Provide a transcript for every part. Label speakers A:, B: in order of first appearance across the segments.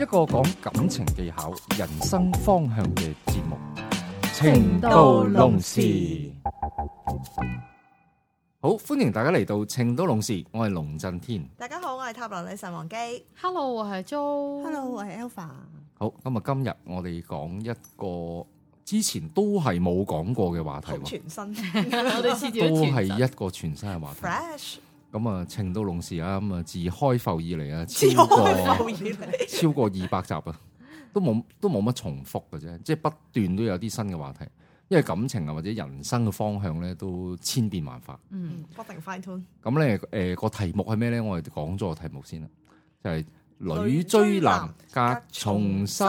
A: 一個講感情技巧、人生方向嘅節目《
B: 情到濃時》。
A: 好，歡迎大家嚟到《情到濃時》，我係龍震天。
C: 大家好，我係塔羅女神王姬。
B: Hello，我係 Jo。
C: Hello，我係 Alpha。
A: 好，咁啊，今日我哋講一個之前都係冇講過嘅話題
C: 好
A: 喎，
C: 全新
B: 我哋次次
A: 都係一個全新嘅話題。
C: ，fresh，
A: 咁啊，《情到濃時》啊，咁啊，自開埠以嚟啊，
C: 自
A: 超過
C: 開埠以嚟，
A: 超過二百集啊，都冇都冇乜重複嘅啫，即係不斷都有啲新嘅話題，因為感情啊或者人生嘅方向咧都千變萬化。
B: 嗯，
C: 不停 fine tune。
A: 咁咧誒個題目係咩咧？我哋講咗個題目先啦，就係、女
C: 女
A: 追
C: 追
A: 男
C: 男
A: 隔重山。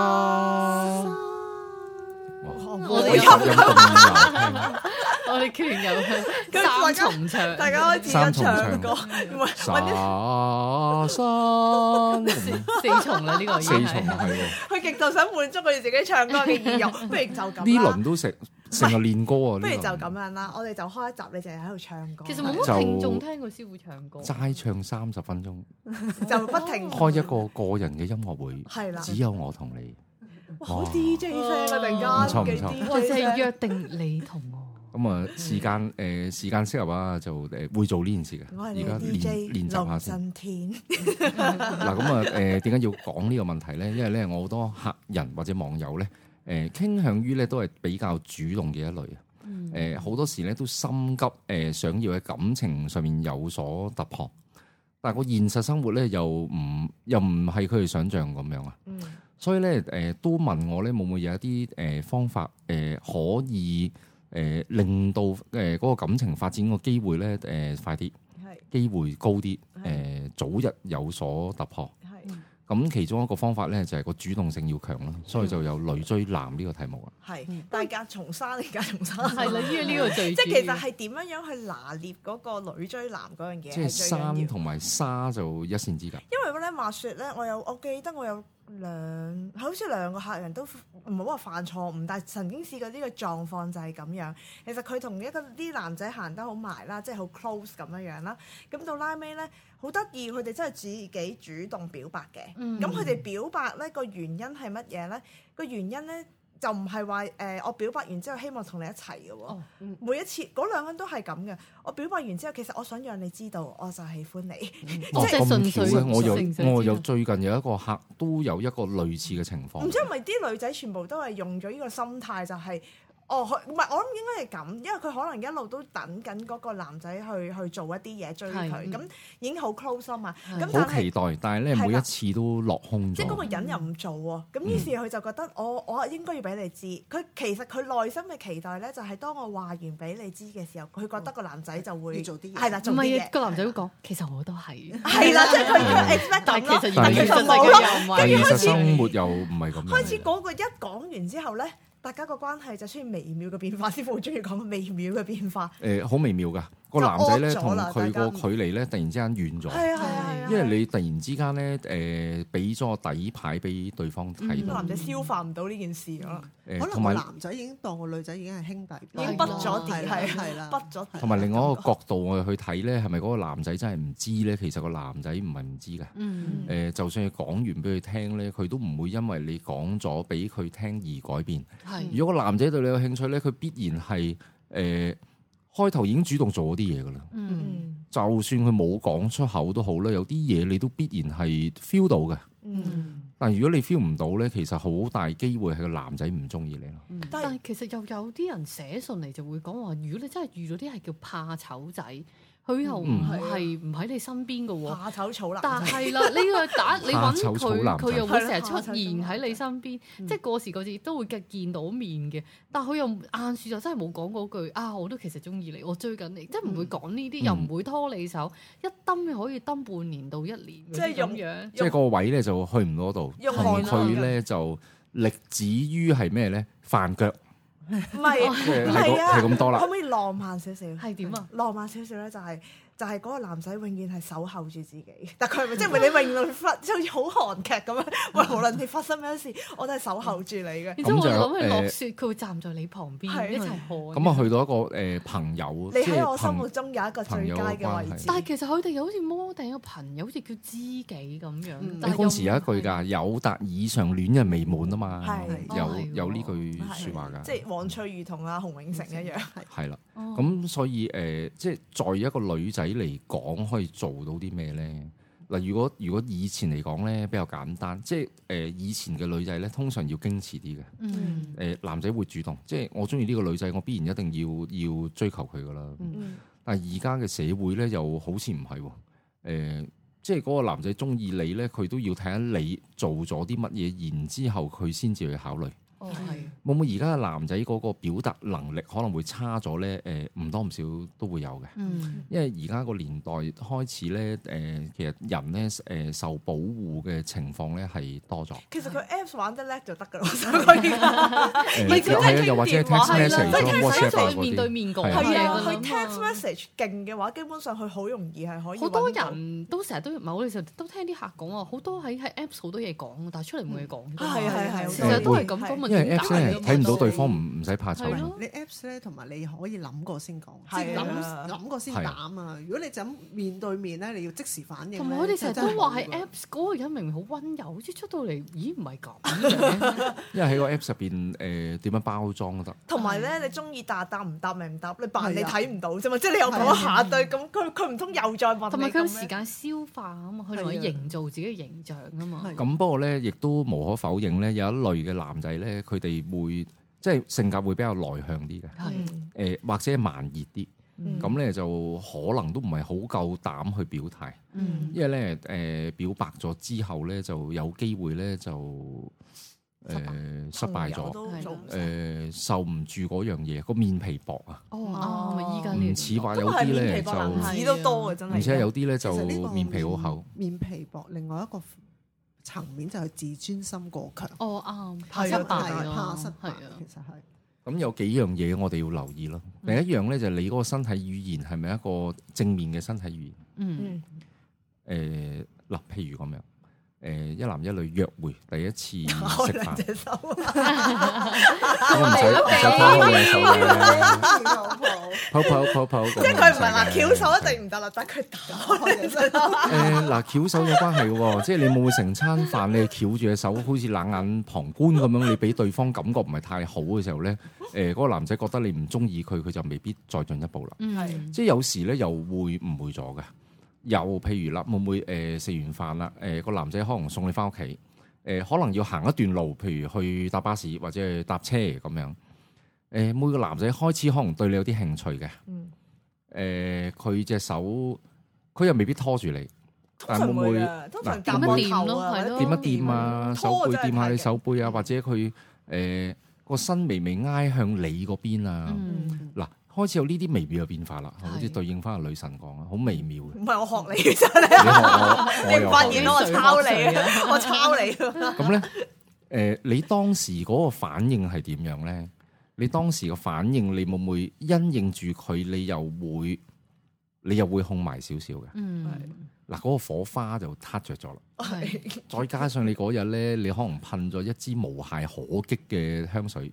A: 哇
B: 我哋
A: 音啊咁難聽
B: 我哋居然有
C: 跟住大
B: 三
C: 家
B: 重唱，
C: 大家開始
A: 三
C: 一
A: 重唱
C: 唱歌，唔係
A: 沙
C: 揾啲
A: 山，
B: 四重啊啦呢個已
A: 四
B: 經
A: 重啊
B: 係。
A: 係喎。
C: 佢極度想滿足佢哋自己唱歌 嘅意欲，不如就咁啦。
A: 呢輪都成成日練歌啊！
C: 不如
A: 呢
C: 就
A: 輪
C: 咁樣啦，我哋就開一集，你淨係喺度唱歌，
B: 其實冇乜聽眾聽過師傅唱歌，
A: 齋唱三十分鐘，
C: 就不停
A: 開一個個人嘅音樂會。
C: 係啦，
A: 只有我同你，
C: 哇，好
A: 哇
C: DJ 聲啊，突
A: 唔
C: 然
A: 錯唔
C: 間幾
A: 錯
C: DJ
B: 我就係
C: 聲
B: 約定你同我。
A: 咁啊時間誒時間適合啊，就誒會做呢件事嘅。
C: 我係
A: 而
C: 你
A: 家
C: 嘅 DJ
A: 練練習下
C: 龍
A: 先。
C: 震天，
A: 嗱咁啊誒點解要講呢個問題咧？因為咧我好多客人或者網友咧誒傾向於咧都係比較主動嘅一類啊。誒好多時咧都心急誒想要喺感情上面有所突破，但係個現實生活咧又唔又唔係佢哋想象咁樣啊。
C: 嗯，
A: 所以咧，誒、都問我咧，會唔會有一啲誒、方法誒、可以誒、令到誒嗰、個感情發展個機會咧誒、快啲，
C: 係
A: 機會高啲，誒、
C: 係
A: 早日有所突破。
C: 係
A: 咁其中一個方法咧就係、個主動性要強啦，所以
C: 嗯
A: 就有女追男呢個題目啊。
C: 係，大家重 生，你家重生，
B: 係啦，因為呢個最
C: 即係其
B: 主要
C: 實係點樣樣去拿捏嗰個女追男嗰樣嘢係
A: 即
C: 最
A: 係
C: 緊要，
A: 山同埋沙就一線之隔。
C: 因為咧話説咧，我有我記得我有兩好似兩個客人都唔好話犯錯誤，但係曾經試過呢個狀況就係咁樣。其實佢同一個啲男仔行得好埋啦，即係好 close 咁樣樣啦。咁到拉尾咧，好得意，佢哋真係自己主動表白嘅。
B: 嗯
C: 咁佢哋表白咧個原因係乜嘢咧？個原因咧就唔係話誒我表白完之後希望同你一齊嘅喎。
B: 哦嗯
C: 每一次嗰兩個人都係咁嘅，我表白完之後，其實我想讓你知道，我就喜歡你。
A: 哦
B: 即係
A: 咁
B: 純
A: 巧
B: 粹
A: 嘅，我
B: 純粹
A: 有我
B: 知道
A: 有最近有一個客都有一個類似嘅情況
B: 哦
C: 唔。知係咪啲女仔全部都係用咗呢個心態，就係、哦，佢唔係我諗應該係咁，因為佢可能一路都等緊嗰個男仔去去做一啲嘢追
B: 係
C: 佢，咁已經好 close 啊嘛。
B: 係
C: 咁
A: 好
C: 但
A: 期
C: 係
A: 待，但係咧
C: 係啦
A: 每一次都落空
C: 即係嗰個
A: 咗。
C: 人又唔做喎，咁於是佢就覺得我我應該要俾你知。佢其實佢內心嘅期待咧，就係當我話完俾你知嘅時候，佢覺得個男仔就會
D: 嗯要做啲嘢
C: 係啦，
B: 唔
C: 做啲
B: 係啊
C: 嘢
B: 個男仔會講，其實我都係，
C: 係啦，即係佢佢 expect
B: 但
C: 咁咯
B: 係其實
A: 但
B: 原
A: 係
B: 來
A: 其實
B: 現
A: 但係現
B: 實世界又唔係
C: 冇
A: 實
B: 咁
A: 生活又唔係咁樣嘅。
C: 開始嗰個一講完之後咧，大家個關係就出現微妙嘅變化。師傅好中意講微妙嘅 變化。
A: 誒好微妙噶，個男仔咧
C: 就
A: 同
C: 惡咗啦
A: 佢
C: 大
A: 個
C: 家
A: 距離咧突然之間遠咗，
C: 係啊係啊係啊！
A: 因為你突然之間咧誒俾咗個底牌俾對方睇
C: 個
A: 到，
C: 男仔消化唔到呢件事咯，
D: 可
A: 誒同
D: 能個
A: 埋
D: 男仔已經當個女仔已經係兄弟，
C: 已
B: 畢
C: 經畢
B: 咗
C: 咗
B: 碟
C: 碟
D: 係
C: 係啊
D: 係啦，
C: 畢咗碟。
A: 同埋另外一個角度我哋去睇咧，係咪嗰個男仔真係唔知咧？其實個男仔唔係唔知嘅。
B: 嗯
A: 誒、就算你講完俾佢聽咧，佢都唔會因為你講咗俾佢聽而改變。
B: 係嗯
A: 如果個男仔對你有興趣咧，佢必然係誒、呃、開頭已經主動做咗啲嘢噶啦。
B: 嗯
C: 嗯
A: 就算佢冇講出口都好啦，有啲嘢你都必然係 feel 到嘅。
C: 嗯，
A: 但如果你 feel 唔到咧，其實好大機會係個男仔唔中意你咯。
B: 但
C: 但係
B: 係其實又有啲人寫信嚟就會講話，如果你真係遇到啲係叫怕醜仔，佢又唔
A: 嗯
B: 係唔喺你身邊嘅喎。
C: 嗯怕醜草
B: 但
C: 男仔，
B: 係啦，呢個打你
A: 怕
B: 揾
A: 醜草
B: 佢，
A: 男仔
B: 佢又會成日出現
C: 係啦怕醜草男
B: 喺
C: 仔
B: 你身邊，
A: 嗯
B: 即係過時過節都會嘅見到面嘅。但佢又晏樹就真係冇講嗰句啊，我都其實中意你，我追緊你，即係唔會講呢啲，
A: 嗯
B: 又唔會拖你手，一蹬可以蹬半年到一年嗰啲
C: 即係
B: 咁
C: 用
B: 樣。
A: 即係個位咧就去唔到度，
C: 用
A: 同佢咧就力止於係咩咧？飯腳，
C: 唔 係
A: 即係
C: 唔
A: 係
C: 係
A: 咁係
C: 啊，
A: 咁多啦
C: 可。唔可以浪漫少少？
B: 係點啊？
C: 浪漫少少咧，就係就係嗰個男仔永遠係守候住自己， 但佢係咪即係你永遠忽即係好似好韓劇 咁樣？喂，無論你發生咩事，我都係守候住你嘅。
B: 然之後我
A: 咁就
B: 諗起落
A: 誒
B: 雪，佢會站在你旁邊
C: 係
B: 一齊看。
A: 咁啊，去到一個誒朋友，
C: 你
A: 即係
C: 喺我心目
A: 朋
C: 中有一個最佳嘅位置。
B: 但係其實佢哋又好似摩定一個朋友，好似叫知己咁樣。
D: 嗯
A: 你
B: 但係
A: 嗰陣時有一
B: 又
A: 句
B: 唔係，
A: 㗎，有達以上戀人未滿啊嘛，
C: 係
A: 有
B: 哦係喎
A: 有呢句説話
C: 係
A: 㗎，
C: 即係黃翠如同阿洪
B: 嗯
C: 永城一樣，
A: 係啦。
B: 哦
A: 咁所以誒、呃即係在一個女仔嚟講，可以做到啲咩咧？嗱，如果如果以前嚟講咧，比較簡單，即係誒、呃以前嘅女仔咧，通常要矜持啲嘅。誒、呃
B: 嗯
A: 男仔會主動，即係我中意呢個女仔，我必然一定要要追求佢噶啦。
C: 嗯
A: 但係而家嘅社會咧，又好似唔係喎。呃即係嗰個男仔中意你咧，佢都要睇下你做咗啲乜嘢，然之後佢先至去考慮。
B: 哦係
A: 會唔會而家嘅男仔嗰個表達能力可能會差咗咧？誒、唔多唔少都會有嘅。
B: 嗯
A: 因為而家個年代開始咧，誒、其實人咧誒、受保護嘅情況咧係多 咗，
C: 其實佢 Apps 玩得叻就 得㗎啦，我想
B: 啊
C: 講
A: 誒
C: 咪即係
A: 係啊
C: 傾
A: 又或者係
C: 電話
A: text
C: 係啦
A: message
C: 即係
A: 咯、
C: 聽
A: WhatsApp 啊
B: 使面
A: 嗰
B: 對
A: 啲，
B: 面講
A: 係啊
C: 係啊，
B: 嘢㗎啦
C: 佢 text
B: 嘛
C: message 勁嘅話，基本上佢好容易係可以
B: 好多
C: 揾到
B: 人都成日都唔係我哋成日都聽啲客講啊，好多喺喺 Apps 好多嘢講，但係出嚟冇嘢講㗎嘛。
C: 啊係係係
B: 成日都係咁
C: 會
B: 講，咪
A: 因為
B: 點
A: Apps
B: 解
C: 啊
A: 咧
B: 㗎嘛
A: 睇唔到對方，唔唔使怕
B: 係
A: 醜
B: 咯，
D: 你 Apps 咧，同埋你可以諗過先講，即係
C: 係啊
D: 諗諗過先
A: 係
D: 膽啊！如果你就咁面對面咧，你要即時反應咧。
B: 同埋我哋成日都話
D: 話
B: 係 Apps 嗰個人明明好温柔，好似出到嚟，咦唔係咁嘅，
A: 因為喺個 Apps 入邊誒點樣包裝都得，
C: 同埋
B: 啊
C: 咧，你中意答答唔答咪唔答，你扮你
D: 係啊
C: 睇唔到啫嘛，即係你又講一下對咁，佢啊佢唔通又再問你
B: 啊同埋佢有
C: 咁
B: 時
C: 咩？
B: 間消化啊嘛，佢同
D: 係
B: 埋
D: 啊
B: 營造自己嘅形象啊嘛
D: 係。
A: 咁不過咧亦都無可否認咧，有一類嘅男仔咧，佢哋會即係性格會比較內向啲嘅，誒、
B: 係
C: 嗯
A: 或者係慢熱啲，
C: 嗯
A: 咁咧就可能都唔係好夠膽去表態。
B: 嗯
A: 因為咧誒、表白咗之後咧，就有機會咧就誒失敗
C: 朋友
A: 咗，
C: 嗯都
B: 係
C: 做
B: 啦
C: 唔
A: 誒、受唔住嗰樣嘢，個面皮薄啊，
B: 哦啱啊！依家呢個
A: 唔似話
C: 都
A: 有
C: 係
A: 啲
C: 面
A: 咧
C: 皮
A: 就
C: 薄，，男
B: 係啊
C: 子都多嘅真係。
A: 而且有啲咧
D: 其實呢
A: 就
D: 個
A: 面皮好厚，，
D: 面皮薄。另外一個層面就係自尊心過強，
B: 哦啱，怕失
C: 係啊
B: 敗咯，
D: 怕失敗
B: 係啊，
D: 其實係
A: 咁有幾樣嘢我哋要留意咯。第
C: 嗯
A: 一樣咧就係你嗰個身體語言係咪一個正面嘅身體語言？
B: 嗯
C: 嗯
A: 誒、嗱，譬如咁樣，誒、一男一女約會第一次
C: 我
A: 食
C: 兩
A: 飯，
C: 隻手，
A: 我
C: 啊
A: 唔使唔使拋開兩手嘅，
D: 老婆
A: 拋拋拋拋，
C: 即係佢唔係話
A: 手
C: 翹手一定唔得啦，但係佢打
A: 誒嗱，翹手有關係嘅喎，即係你會唔會成餐飯你係翹住隻手，好似冷眼旁觀咁樣，你俾對方感覺唔係太好嘅時候咧，誒、嗰、個男仔覺得你唔中意佢，佢就未必再進一步啦。
B: 嗯
C: 係
A: 即係有時咧又會誤會咗嘅，又譬如啦，會唔會誒食完飯啦，誒、個男仔可能送你翻屋企，誒、可能要行一段路，譬如去搭巴士或者係搭車咁樣，誒、每個男仔開始可能對你有啲興趣嘅，誒、
C: 嗯
A: 呃佢隻手佢又未必拖住你。
C: 通
A: 但會
C: 常
A: 唔
C: 會
A: 會
C: 嘅，通常
A: 嗱
C: 夾
B: 點一
C: 個
B: 掂
C: 頭
B: 咯
C: 啊，或
B: 係
C: 者
B: 咯
A: 點一掂啊，手
C: 拖
A: 背
C: 真係
A: 掂下
C: 太
A: 你
C: 勁
A: 手背啊，或者佢誒個身微微挨向你嗰邊啊，
B: 嗯
A: 嗱、開始有呢啲微妙嘅變化啦，好似
B: 係
A: 對應翻阿女神講啊，好微妙嘅。
C: 唔係我學 你嘅啫，
A: 你學我，我
C: 你
A: 又
C: 唔
A: 學
C: 發
A: 你
C: 現咯，我抄你啊，我抄你啊，
A: 咁咧，誒、你當時嗰個反應係點樣咧？你當時個反應，你會唔會因應住佢？你又會，你又會控埋少少嘅。
B: 嗯
A: 嗱，嗰個火花就撻着咗啦。
B: 係
A: 再加上你嗰日咧，你可能噴咗一支無懈可擊嘅香水，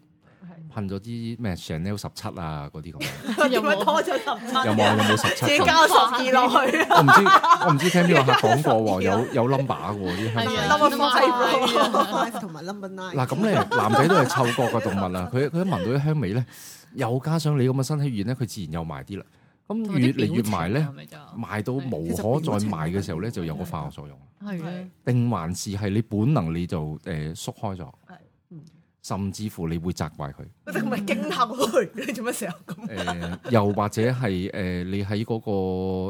A: 噴咗啲咩 Chanel 十七啊嗰啲咁樣，
C: 點解拖咗十
A: 有
C: 七？
A: 冇有冇十
C: 自己
A: 七？
C: 加十二落去啊！
A: 我唔知，我唔知聽邊個客講過喎，有有 number 嘅喎啲香水
B: 係啊。
C: Number five
D: ，number five 同埋 number nine。
A: 嗱咁咧，男仔都係嗅覺嘅動物啦，佢佢一聞到啲香味咧，又加上你咁嘅身體語言咧，佢自然又埋啲啦。
B: 同
A: 咁
B: 埋
A: 越
B: 啲
A: 嚟
B: 表
A: 越
B: 情
A: 埋咧
B: 係，啊咪咋
A: 埋到無
D: 其實
A: 可
D: 表
A: 再
D: 情
A: 埋嘅時候咧，
D: 係
A: 就有個化學作用。
B: 係咧
C: 係，
A: 定還是係你本能你就誒、呃、縮開咗
C: 係，
A: 甚至乎你會責怪佢。
C: 我哋咪驚嚇佢，你做乜成日咁？
A: 誒、又或者係誒、呃你喺嗰、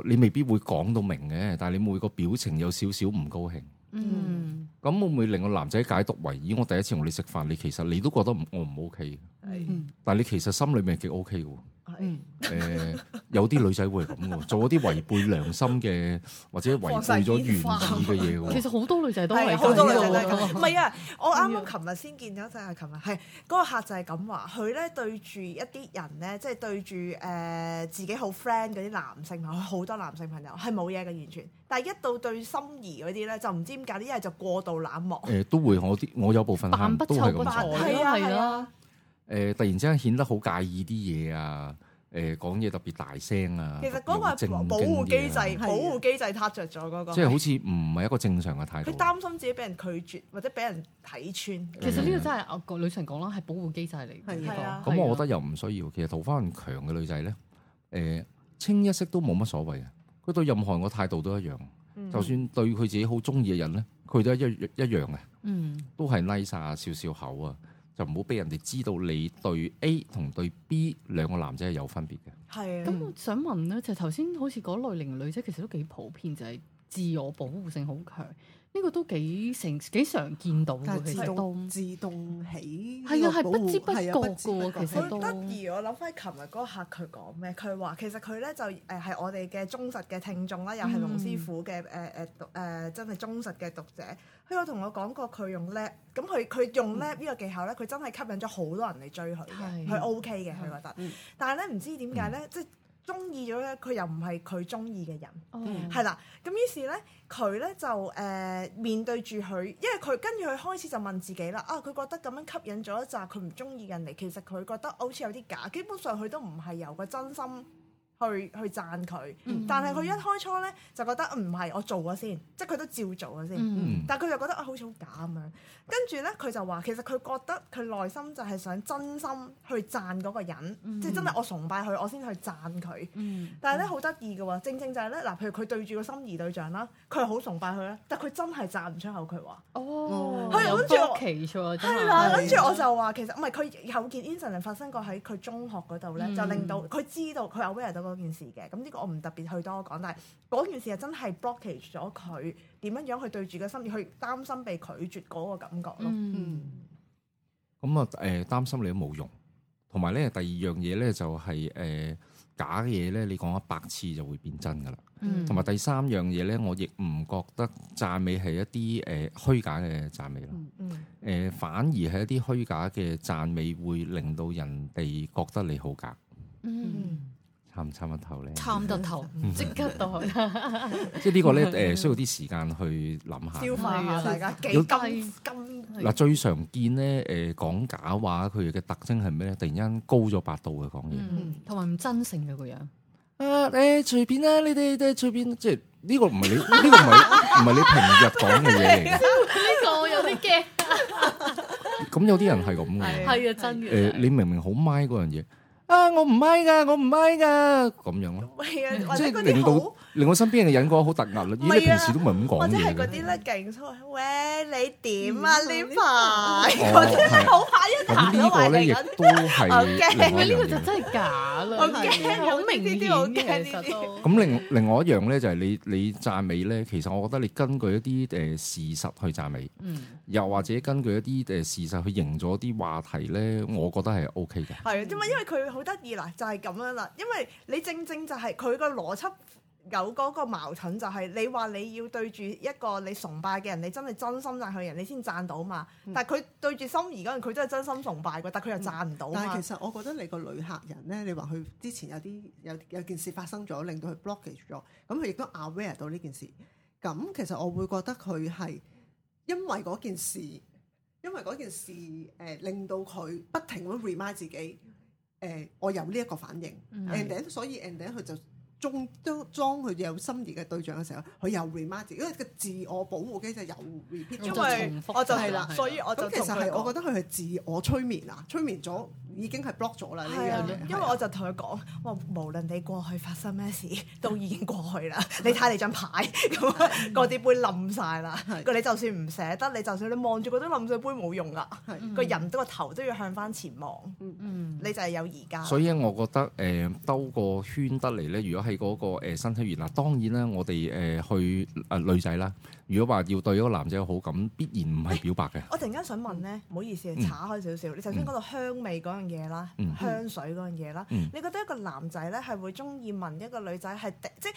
A: 個你未必會講到明嘅，但係你每個表情有少少唔高興。
B: 嗯
A: 咁會唔會令個男仔解讀為，咦？我第一次同你食飯，你其實你都覺得唔我唔 OK 嘅
C: 係
D: 嗯
A: 但係你其實心裏面係極 OK 嘅喎。
C: 係係
D: 嗯
A: 誒、 有啲女仔會係咁嘅喎，做一啲違背良心嘅或者違背咗原意嘅嘢嘅
B: 其
A: 喎。
B: 實好多女仔都
C: 係
B: 係
C: 啊好多女仔都係
B: 㗎
C: 咁，
B: 喎
C: 唔係啊！我啱啱琴日先見到就係琴日，係嗰個客就係咁話，佢咧對住一啲人咧，即係對住誒、呃自己好 friend 嗰啲男性朋友，好多男性朋友係冇嘢嘅完全，但係一到對心儀嗰啲咧，就唔知點解一係就過度冷漠
A: 誒、，呃都會我啲我有部分
B: 扮
A: 客
B: 不
A: 都係
B: 臭
A: 咁
B: 不
A: 做
B: 睬
A: 嘅。
B: 咯，
C: 係啊
B: 係
C: 係
B: 啊
C: 啊，
A: 誒、呃突然之間顯得好介意啲嘢啊，誒、講嘢特別大聲啊，
C: 其實嗰個係
A: 用
C: 保
A: 正
C: 保護機制，
A: 經嘢啊
C: 保護機制撻着咗嗰個，
A: 即係好似唔係一個正常嘅態度
C: 佢。擔心自己俾人拒絕或者俾人睇穿。
B: 其實呢個真係哦個女神講啦，係保護機制嚟嘅。
D: 係
C: 啊
A: 咁我覺得又唔需要。其實桃花運強嘅女仔咧，誒、呃清一色都冇乜所謂嘅，啊佢對任何人嘅態度都一樣。
C: 嗯
A: 就算對佢自己好中意嘅人咧，佢都一一樣嘅，
B: 嗯
A: 都係 nice 啊，笑笑口啊，就唔好俾人哋知道你對 A 同對 B 兩個男仔係有分別嘅。
C: 係啊，
B: 咁我想問咧，就頭先好似嗰類型嘅女仔，其實都幾普遍，就係、自我保護性好強，呢、個都幾成幾常見到
D: 但
B: 嘅，
D: 係
B: 其
D: 自
B: 實都
D: 動自動起呢
B: 係啊
D: 個
B: 係
D: 保
B: 不
D: 護
B: 知不
D: 係啊
B: 覺
D: 不知
B: 㗎
D: 不
B: 喎其
D: 覺
B: 實
C: 好
B: 都
C: 得意，我諗翻琴日嗰個客佢講咩？佢話其實佢咧就誒係我哋嘅忠實嘅聽眾啦，又係龍師傅嘅
A: 嗯
C: 誒誒讀誒真係忠實嘅讀者。佢有同我講過佢用 lab，咁佢佢用 lab 呢個技巧咧，佢真係吸引咗好多人嚟追佢
B: 係
C: 嘅，佢 OK 嘅，佢覺得
D: 嗯。
C: 但係咧唔知點解
A: 嗯
C: 咧，即係中意咗咧，佢又唔係佢中意嘅人。
B: 哦
C: 係啦，咁於是咧，佢咧就誒、呃面對住佢，因為佢跟住佢開始就問自己啦，啊，佢覺得咁樣吸引咗一紮佢唔中意嘅人嚟，其實佢覺得哦好似有啲假，基本上佢都唔係由個真心去去讚佢，
B: 嗯
C: 但係佢一開初咧就覺得啊唔係，我做咗先，即係佢都照做咗先。
B: 嗯
A: 嗯，
C: 但佢就覺得啊，好似好假咁樣。跟住咧，佢就話其實佢覺得佢內心就係想真心去讚嗰個人，
B: 嗯
C: 即係真係我崇拜佢，我先去讚佢。
B: 嗯
C: 但係咧好得意嘅喎，正正就係咧嗱，譬如佢對住個心儀對象啦，佢係好崇拜佢啦，但佢真係讚唔出口佢話。
B: 哦，
C: 係
B: 有
C: 跟住我
B: 多奇錯真
C: 係
B: 係
C: 啦，跟住我就話其實唔係佢有件 incident 發生過喺佢中學嗰度咧，
B: 嗯
C: 就令到佢知道佢 aware 到嗰件事嘅。咁呢個我唔特別去多講，但係嗰件事係真係 blockage 咗佢點樣樣去對住個心意，去擔心被拒絕嗰個感覺咯。
B: 嗯
D: 嗯
A: 咁啊誒擔心你都冇用。同埋咧，第二樣嘢咧就係、誒、假嘅嘢咧，你講一百次就會變真噶啦。
B: 嗯
A: 同埋第三樣嘢咧，我亦唔覺得讚美係一啲誒、呃虛假嘅讚美啦。
C: 嗯，
A: 誒、反而係一啲虛假嘅讚美，會令到人哋覺得你好假，
B: 嗯
C: 嗯
A: 差唔差得透咧？
B: 探得頭
A: 嗯
B: 即刻到去，
A: 即係呢個咧誒、需要啲時間去諗下。
C: 消化
B: 係啊
C: 下大家幾
A: 有
C: 金金
A: 嗱，最常見咧誒、講假話，佢嘅特徵係咩咧？突然間高咗八度嘅講嘢。
B: 嗯同埋唔真誠嘅個樣，
A: 啊誒，隨便啦，你哋都隨便，即係呢個唔係你 呢個唔係唔係你平日講嘅嘢 嚟嘅。
B: 呢個我有啲驚，
A: 咁有啲人係咁嘅。
B: 係啊真嘅
A: 誒、你明明好咪嗰樣嘢，啊，我唔咪㗎，我唔咪㗎，咁樣咯。
C: 係啊，或者
A: 即
C: 嗰
A: 係令
C: 啲好
A: 到。令我身邊嘅人覺得好突兀啦。
C: 係
A: 咦，
C: 啊
A: 你平時都唔係咁
C: 或
A: 講
C: 者
A: 嘢
C: 係嗰
A: 嘅。
C: 啲咧勁粗，喂你點啊
D: 嗯
C: 呢排？
A: 哦
C: 嗰啲咧好快一彈
A: 咁呢
C: 咗
A: 個
C: 埋
A: 咧，
C: 嚟
A: 亦
C: 嗰啲。啊
A: 都係另外
B: 喂
A: 一
B: 呢個
A: 樣
B: 就
A: 嘢。
B: 真係假啦，
C: 我
D: 驚
B: 好
C: 呢
B: 明
C: 啲
B: 顯
C: 啲我
B: 嘅其
C: 驚呢
B: 實都。
A: 咁另另外一樣咧，就係你你讚美咧，其實我覺得你根據一啲誒事實去讚美，
B: 嗯
A: 又或者根據一啲誒事實去營咗啲話題咧，我覺得係 O K 嘅。
C: 係啊，因為因為佢好得意啦，就係咁樣啦。因為你正正就係佢個邏輯有嗰個矛盾，就係你話你要對住一個你崇拜嘅人，你真係真心讚佢嘅人，你先讚到嘛。
D: 嗯
C: 但係佢對住心儀嗰人，佢都係真心崇拜嘅，但佢又讚唔到
D: 嗯但係
C: 嘛。
D: 其實我覺得你個女客人咧，你話佢之前有啲有有件事發生咗，令到佢 blockage 咗，咁佢亦都 aware 到呢件事。咁其實我會覺得佢係因為嗰件事，因為嗰件事誒、令到佢不停咁 remind 自己誒、我有呢一個反應。
B: 嗯
D: and then 所以 and then 佢就中都裝佢有心儀嘅對象嘅時候，佢又 remind 自己，因為個自我保護機制又 repeat
C: 因
D: 咗
B: 就
C: 為
B: 重複
C: 我就
B: 係
C: 係
B: 啦
C: 啦，所以我就
D: 咁其
C: 同
D: 實
C: 佢
D: 係
C: 講
D: 我覺得佢係自我催眠啊，催眠咗已經係 block 咗啦呢
C: 係啊
D: 樣嘢，。
C: 因為我就同佢講，我話無論你過去發生咩 事，都已經過去啦。 你睇你張牌，咁嗰啲杯冧晒啦。
D: 係
C: 個你就算唔捨得，你就算你望住嗰啲冧水杯冇用噶，
D: 係
C: 個人都個頭都要向翻前望。
B: 嗯
C: 你就係有而家。
A: 所以咧，我覺得誒兜個圈得嚟咧，如果喺嗰個誒身體語言嗱，當然啦，我哋誒去誒女仔啦，如果話要對嗰個男仔有好感，必然唔係表白嘅。
C: 我突然間想問咧，唔好意思，
A: 嗯
C: 岔開少少。你頭先講到香味嗰樣嘢啦，
A: 嗯
C: 香水嗰樣嘢啦，
A: 嗯
C: 你覺得一個男仔咧係會中意聞一個女仔係滴即係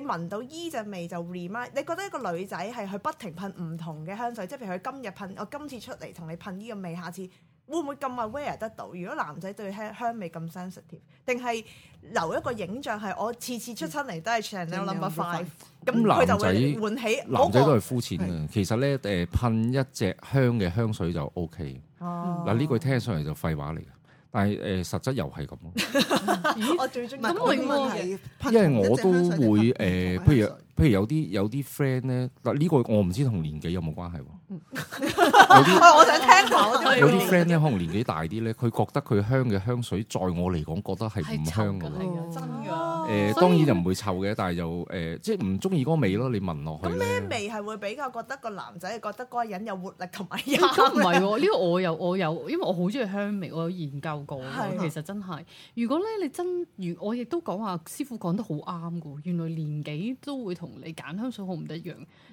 C: 你聞到依隻味就 remind，你覺得一個女仔係佢不停噴唔同嘅香水，即係譬如佢今日噴，我今次出嚟同你噴呢個味，下次。會唔會咁 aware 得到？如果男仔對香香味咁 sensitive，定係留一個影像係我次次出親嚟都係 Chanel number five，咁佢就會喚起
A: 男仔都
C: 嗰
A: 係膚淺嘅，其實咧誒噴一隻香嘅香水就 O K
C: 個哦
A: 嗱呢句聽上嚟就廢話嚟嘅，但係誒、呃、實質又係咁咯，
C: 我哦最中意
D: 唔係
B: 咁
D: 我
B: 永
D: 問
B: 遠
D: 題
A: 因為我都會誒、呃譬如譬如有啲有啲 friend 咧，嗱呢個我唔知同年紀有冇關係喎。
C: 我想聽下，
B: 啊
C: 我
A: 有啲 friend 咧，可能年紀大啲咧，佢覺得佢香嘅香水，在我嚟講覺得係唔
B: 係
A: 香嘅
B: 臭噶，
A: 喎。
B: 係啊，真㗎。
C: 哦
A: 誒
B: 所以
A: 當然就唔會臭嘅，但係就誒即係唔中意嗰個味咯。你聞落去咧，
C: 味係會比較覺得個男仔覺得嗰個人有活力同埋有
B: 哦咁唔係喎，呢個我有我有，因為我好中意香味，我有研究過喎。
C: 係
B: 其實真係，如果咧你真，如我亦都講話，師傅講得好啱嘅喎。原來年紀都會同你揀香水好唔一樣。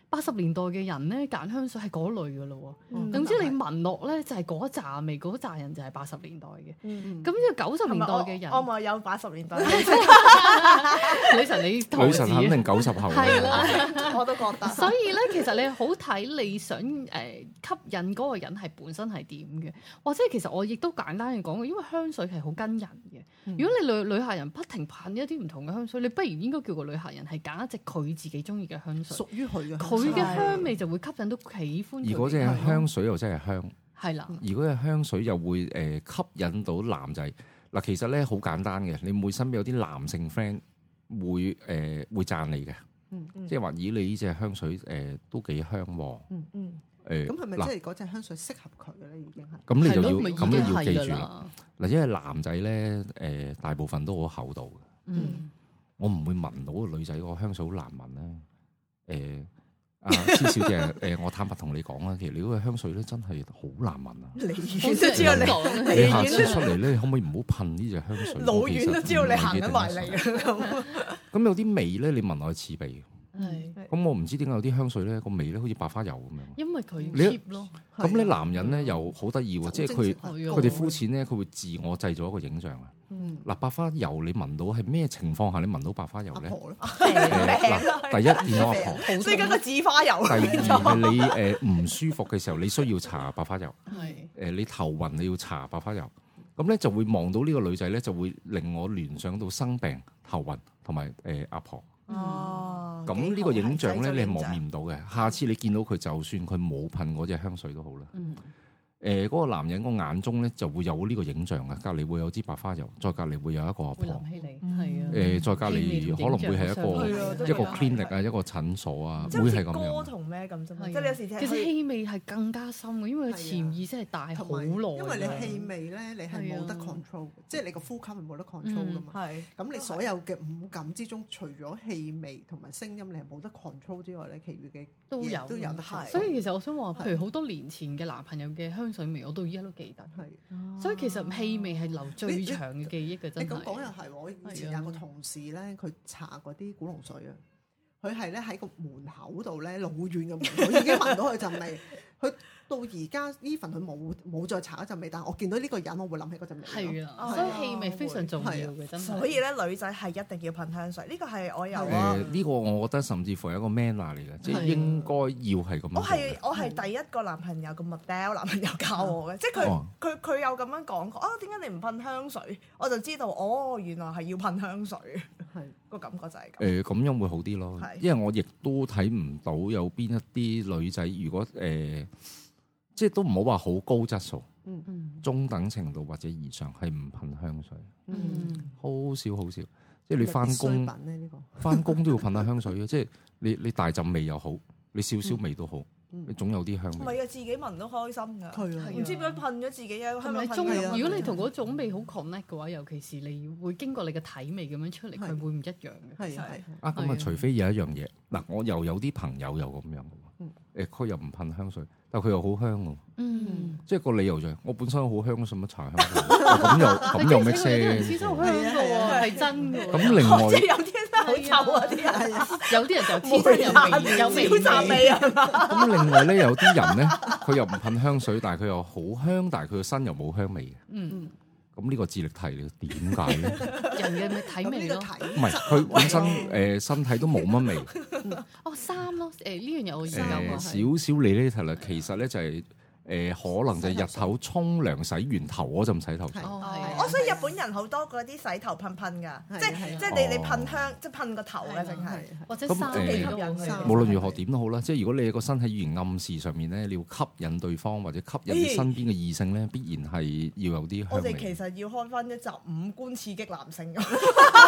B: 八十年代嘅人咧揀香水係嗰類嘅咯喎。
C: 嗯
B: 總之你聞落咧就係嗰一紮味，嗰一紮人就係八十年代嘅。
D: 嗯
B: 咁呢個九十年代嘅人，
C: 我咪有八十年代，
B: 女神你投
A: 女
B: 資
A: 神肯定九十後啊嘅
B: 係啦。
C: 我都覺得。
B: 所以咧，其實你好睇你想誒、吸引嗰個人係本身係點嘅，或者其實我亦都簡單嘅講過，因為香水係好跟人嘅。
A: 嗯
B: 如果你女女客人不停噴一啲唔同嘅香水，你不如應該叫個女客人係揀一隻佢自己中意嘅香水
D: 屬，於佢嘅
B: 佢
D: 香水
B: 嘅香味就會吸引到喜歡
A: 而
B: 佢
A: 嗰隻
B: 嘅人
A: 香水又真係香，
B: 係啦，
A: 而嗰隻香水又會誒、呃吸引到男仔。嗱，其實咧好簡單嘅，你每身邊有啲男性 friend 會誒、呃、會讚你嘅，
D: 嗯
C: 嗯
A: 即係話咦你呢隻香水誒、呃都幾香喎、
C: 嗯，
A: 誒
D: 咁係咪即
A: 嗱
D: 係嗰隻香水適合佢嘅咧？已經係
A: 咁你就
B: 係
A: 要
B: 咯咪已
A: 咁
B: 經
A: 你要
B: 係
A: 記
B: 㗎
A: 住啦。
B: 啦，
A: 嗱，因為男仔咧，誒、大部分都好厚道嘅，
B: 嗯，
A: 我唔會聞到個女仔個香水好難聞啦。誒、啊， 施小姐，誒、我坦白同你講啊啦，其實你嗰個香水咧真係好難聞啊！
C: 離
B: 我真
C: 遠都
B: 係
C: 知道
B: 咁
C: 你，
B: 講啊
A: 你下次出嚟咧，可唔可以唔好噴呢隻香水？
C: 老
A: 我其實
C: 遠都知道你行
A: 唔係
C: 緊
A: 幾
C: 埋
A: 頂
C: 嚟啊
A: 得順。
C: 嘅咁。
A: 咁有啲味咧，你聞落去刺鼻。
B: 係
A: 咁我唔知點解有啲香水咧個味咧好似白花油咁樣。
B: 因為佢
A: 你
B: cheap 咯，啊
C: 啊
A: 咁咧男人咧又好得意喎，即係佢
B: 佢
A: 佢哋膚淺咧，佢會自我製造一個影像啊。
C: 嗯
A: 嗱，白花油你聞到係咩情況下你聞到白花油
D: 阿
A: 咧？
D: 婆咧，
B: 啊
A: 誒嗱，第一見到阿婆，
B: 好
C: 所以嗰個紫 花油，
A: 第二係你誒唔舒服嘅時候，你需要搽白花油。
B: 係
A: 誒，你頭暈你要搽白花油，咁咧就會望到呢個女仔咧，就會令我聯想到生病、頭暈同埋誒阿婆。
C: 哦
A: 咁呢個啊影像嗯咧，你係磨。滅唔到嘅。下次你見到佢，就算佢冇噴嗰隻香水都好啦。
B: 嗯
A: 誒，嗰個男人個眼中咧就會有呢個影像啊嘅，隔離會有支白花油，再隔離會有一個阿婆
B: 會諗，起你
C: 嗯
B: 係啊，
A: 哦誒，再隔離可能會係一個
C: 係啊都
A: 一個
C: 會有
A: clinic 啊，一個診所啊，
C: 即
A: 會係
C: 係
A: 咁
C: 好似
A: 樣
C: 歌。同咩咁啫嘛，
B: 係
C: 即係
B: 啊
C: 你有時聽
B: 其實氣味係更加深嘅，因為佢潛意識係大好
D: 啊同埋因為
B: 耐。
D: 你氣味咧，你係冇得
B: 係啊
D: control，嘅即係你個呼吸係冇得 control 噶嘛。
C: 係
D: 咁你所有嘅五感之中，除咗氣味同埋聲音，你係冇得 control 之外咧，其餘嘅
B: 都
D: 嘢
B: 有
D: 都有得
C: 係
D: control
B: 所以其實我想話，
D: 係啊
B: 譬如好多年前嘅男朋友嘅香水味，我到依家都記得。
D: 係
B: 所以其實氣味係留最長嘅記憶嘅，
D: 你
B: 真
D: 咁講又
B: 係。
D: 係喎，我以
B: 係
D: 前
B: 啊
D: 有個同事咧，佢搽嗰啲古龍水啊，佢係咧喺個門口度咧，老遠嘅門口已經聞到佢陣味。 佢到而家呢份佢冇冇再搽嗰陣味，但係我見到呢個人，我會諗起嗰陣味。
B: 係啊啦，
C: 哦
B: 所以氣味非常重要
D: 啊
B: 嘅，真係。
C: 所以咧，女仔係一定要噴香水，呢個係我有
A: 誒
C: 啊。
A: 呢個我覺得甚至乎係一個 manner 嚟嘅，即係
B: 係
A: 應該要係咁樣
C: 我
A: 做
C: 係
A: 嘅。
C: 我係第一個男朋友個 model 男朋友教我嘅，即係
A: 哦
C: 佢佢佢有咁樣講過啊，點解你唔噴香水？我就知道哦，原來係要噴香水，
D: 係
C: 個感覺就係
A: 誒
C: 咁。
A: 咁樣會好啲咯
C: 係，
A: 因為我亦都睇唔到有邊一啲女仔，如果誒、即係都唔好話好高質素，
B: 嗯
A: 中等程度或者以上係唔噴香水，
D: 嗯，
B: 嗯，
A: 好少好少。即係你翻
D: 必需
A: 工
D: 品咧呢個
A: 翻工都要噴下香水嘅，即係你你大陣味又好，你少少味都好，
D: 嗯
A: 你總有啲香
C: 唔
A: 味。
C: 係啊，自己聞都開心㗎。
D: 係啊
B: 係
C: 唔知點解噴咗自己啊？
B: 同埋
C: 香
B: 中，
C: 港噴
D: 係啊
C: 咗
B: 如果你同嗰種味好 connect 嘅話，尤其是你會經過你嘅體味咁樣出嚟，佢
D: 係
B: 會唔一樣嘅。
D: 係啊係啊
A: 啊，咁
B: 係
A: 啊，
B: 啊
A: 除非有一樣嘢，嗱，我又有啲朋友又咁樣嘅
D: 嗯
A: 喎，誒佢又唔噴香水，但佢又好香嘅喎。
B: 嗯，
A: 即係個理由就係我本身好香，使乜搽香 水？咁又咁又 make
B: 你聽過有啲人黐
A: sense
B: 身好香嘅喎，
D: 係啊
B: 係真嘅喎。
A: 咁另外
C: 即係有啲真係好臭啊！啲人
D: 係啊
B: 有啲人就黐身有啊味，有味
C: 小雜味啊！
A: 咁另外咧，有啲人咧，佢又唔噴香水，但係佢又好香，但係佢個身又冇香味嘅。
B: 嗯，
D: 嗯
A: 咁咁呢個智力題嚟，點解 咧？
B: 人嘅咪體味
D: 咁呢個
B: 咯，
A: 唔
D: 體
A: 係佢本身誒身體都冇乜 味，
B: 哦衫咯，誒呢樣嘢我研究過啊
A: 誒
B: 係，
A: 少少你呢題啦。其實咧就係誒可能就係日頭沖涼洗完頭嗰陣洗頭水
D: 係。
B: 哦
D: 係
B: 係
C: 我所以日本人好多嗰啲洗頭噴噴㗎，即
D: 係
C: 係
D: 啊
C: 即係你你
A: 哦
C: 噴香，即係噴個頭㗎，
B: 係
C: 淨係。
B: 或者
A: 咁
B: 衫
A: 誒
B: 味都好香
D: 衫
A: 無論如何點都好啦，即係如果你有個身體語言暗示上面咧，你要吸引對方或者吸引你
C: 咦
A: 身邊嘅異性咧，必然係要有啲
C: 我
A: 香
C: 哋其
A: 味。
C: 實要開翻一集五官刺激男性，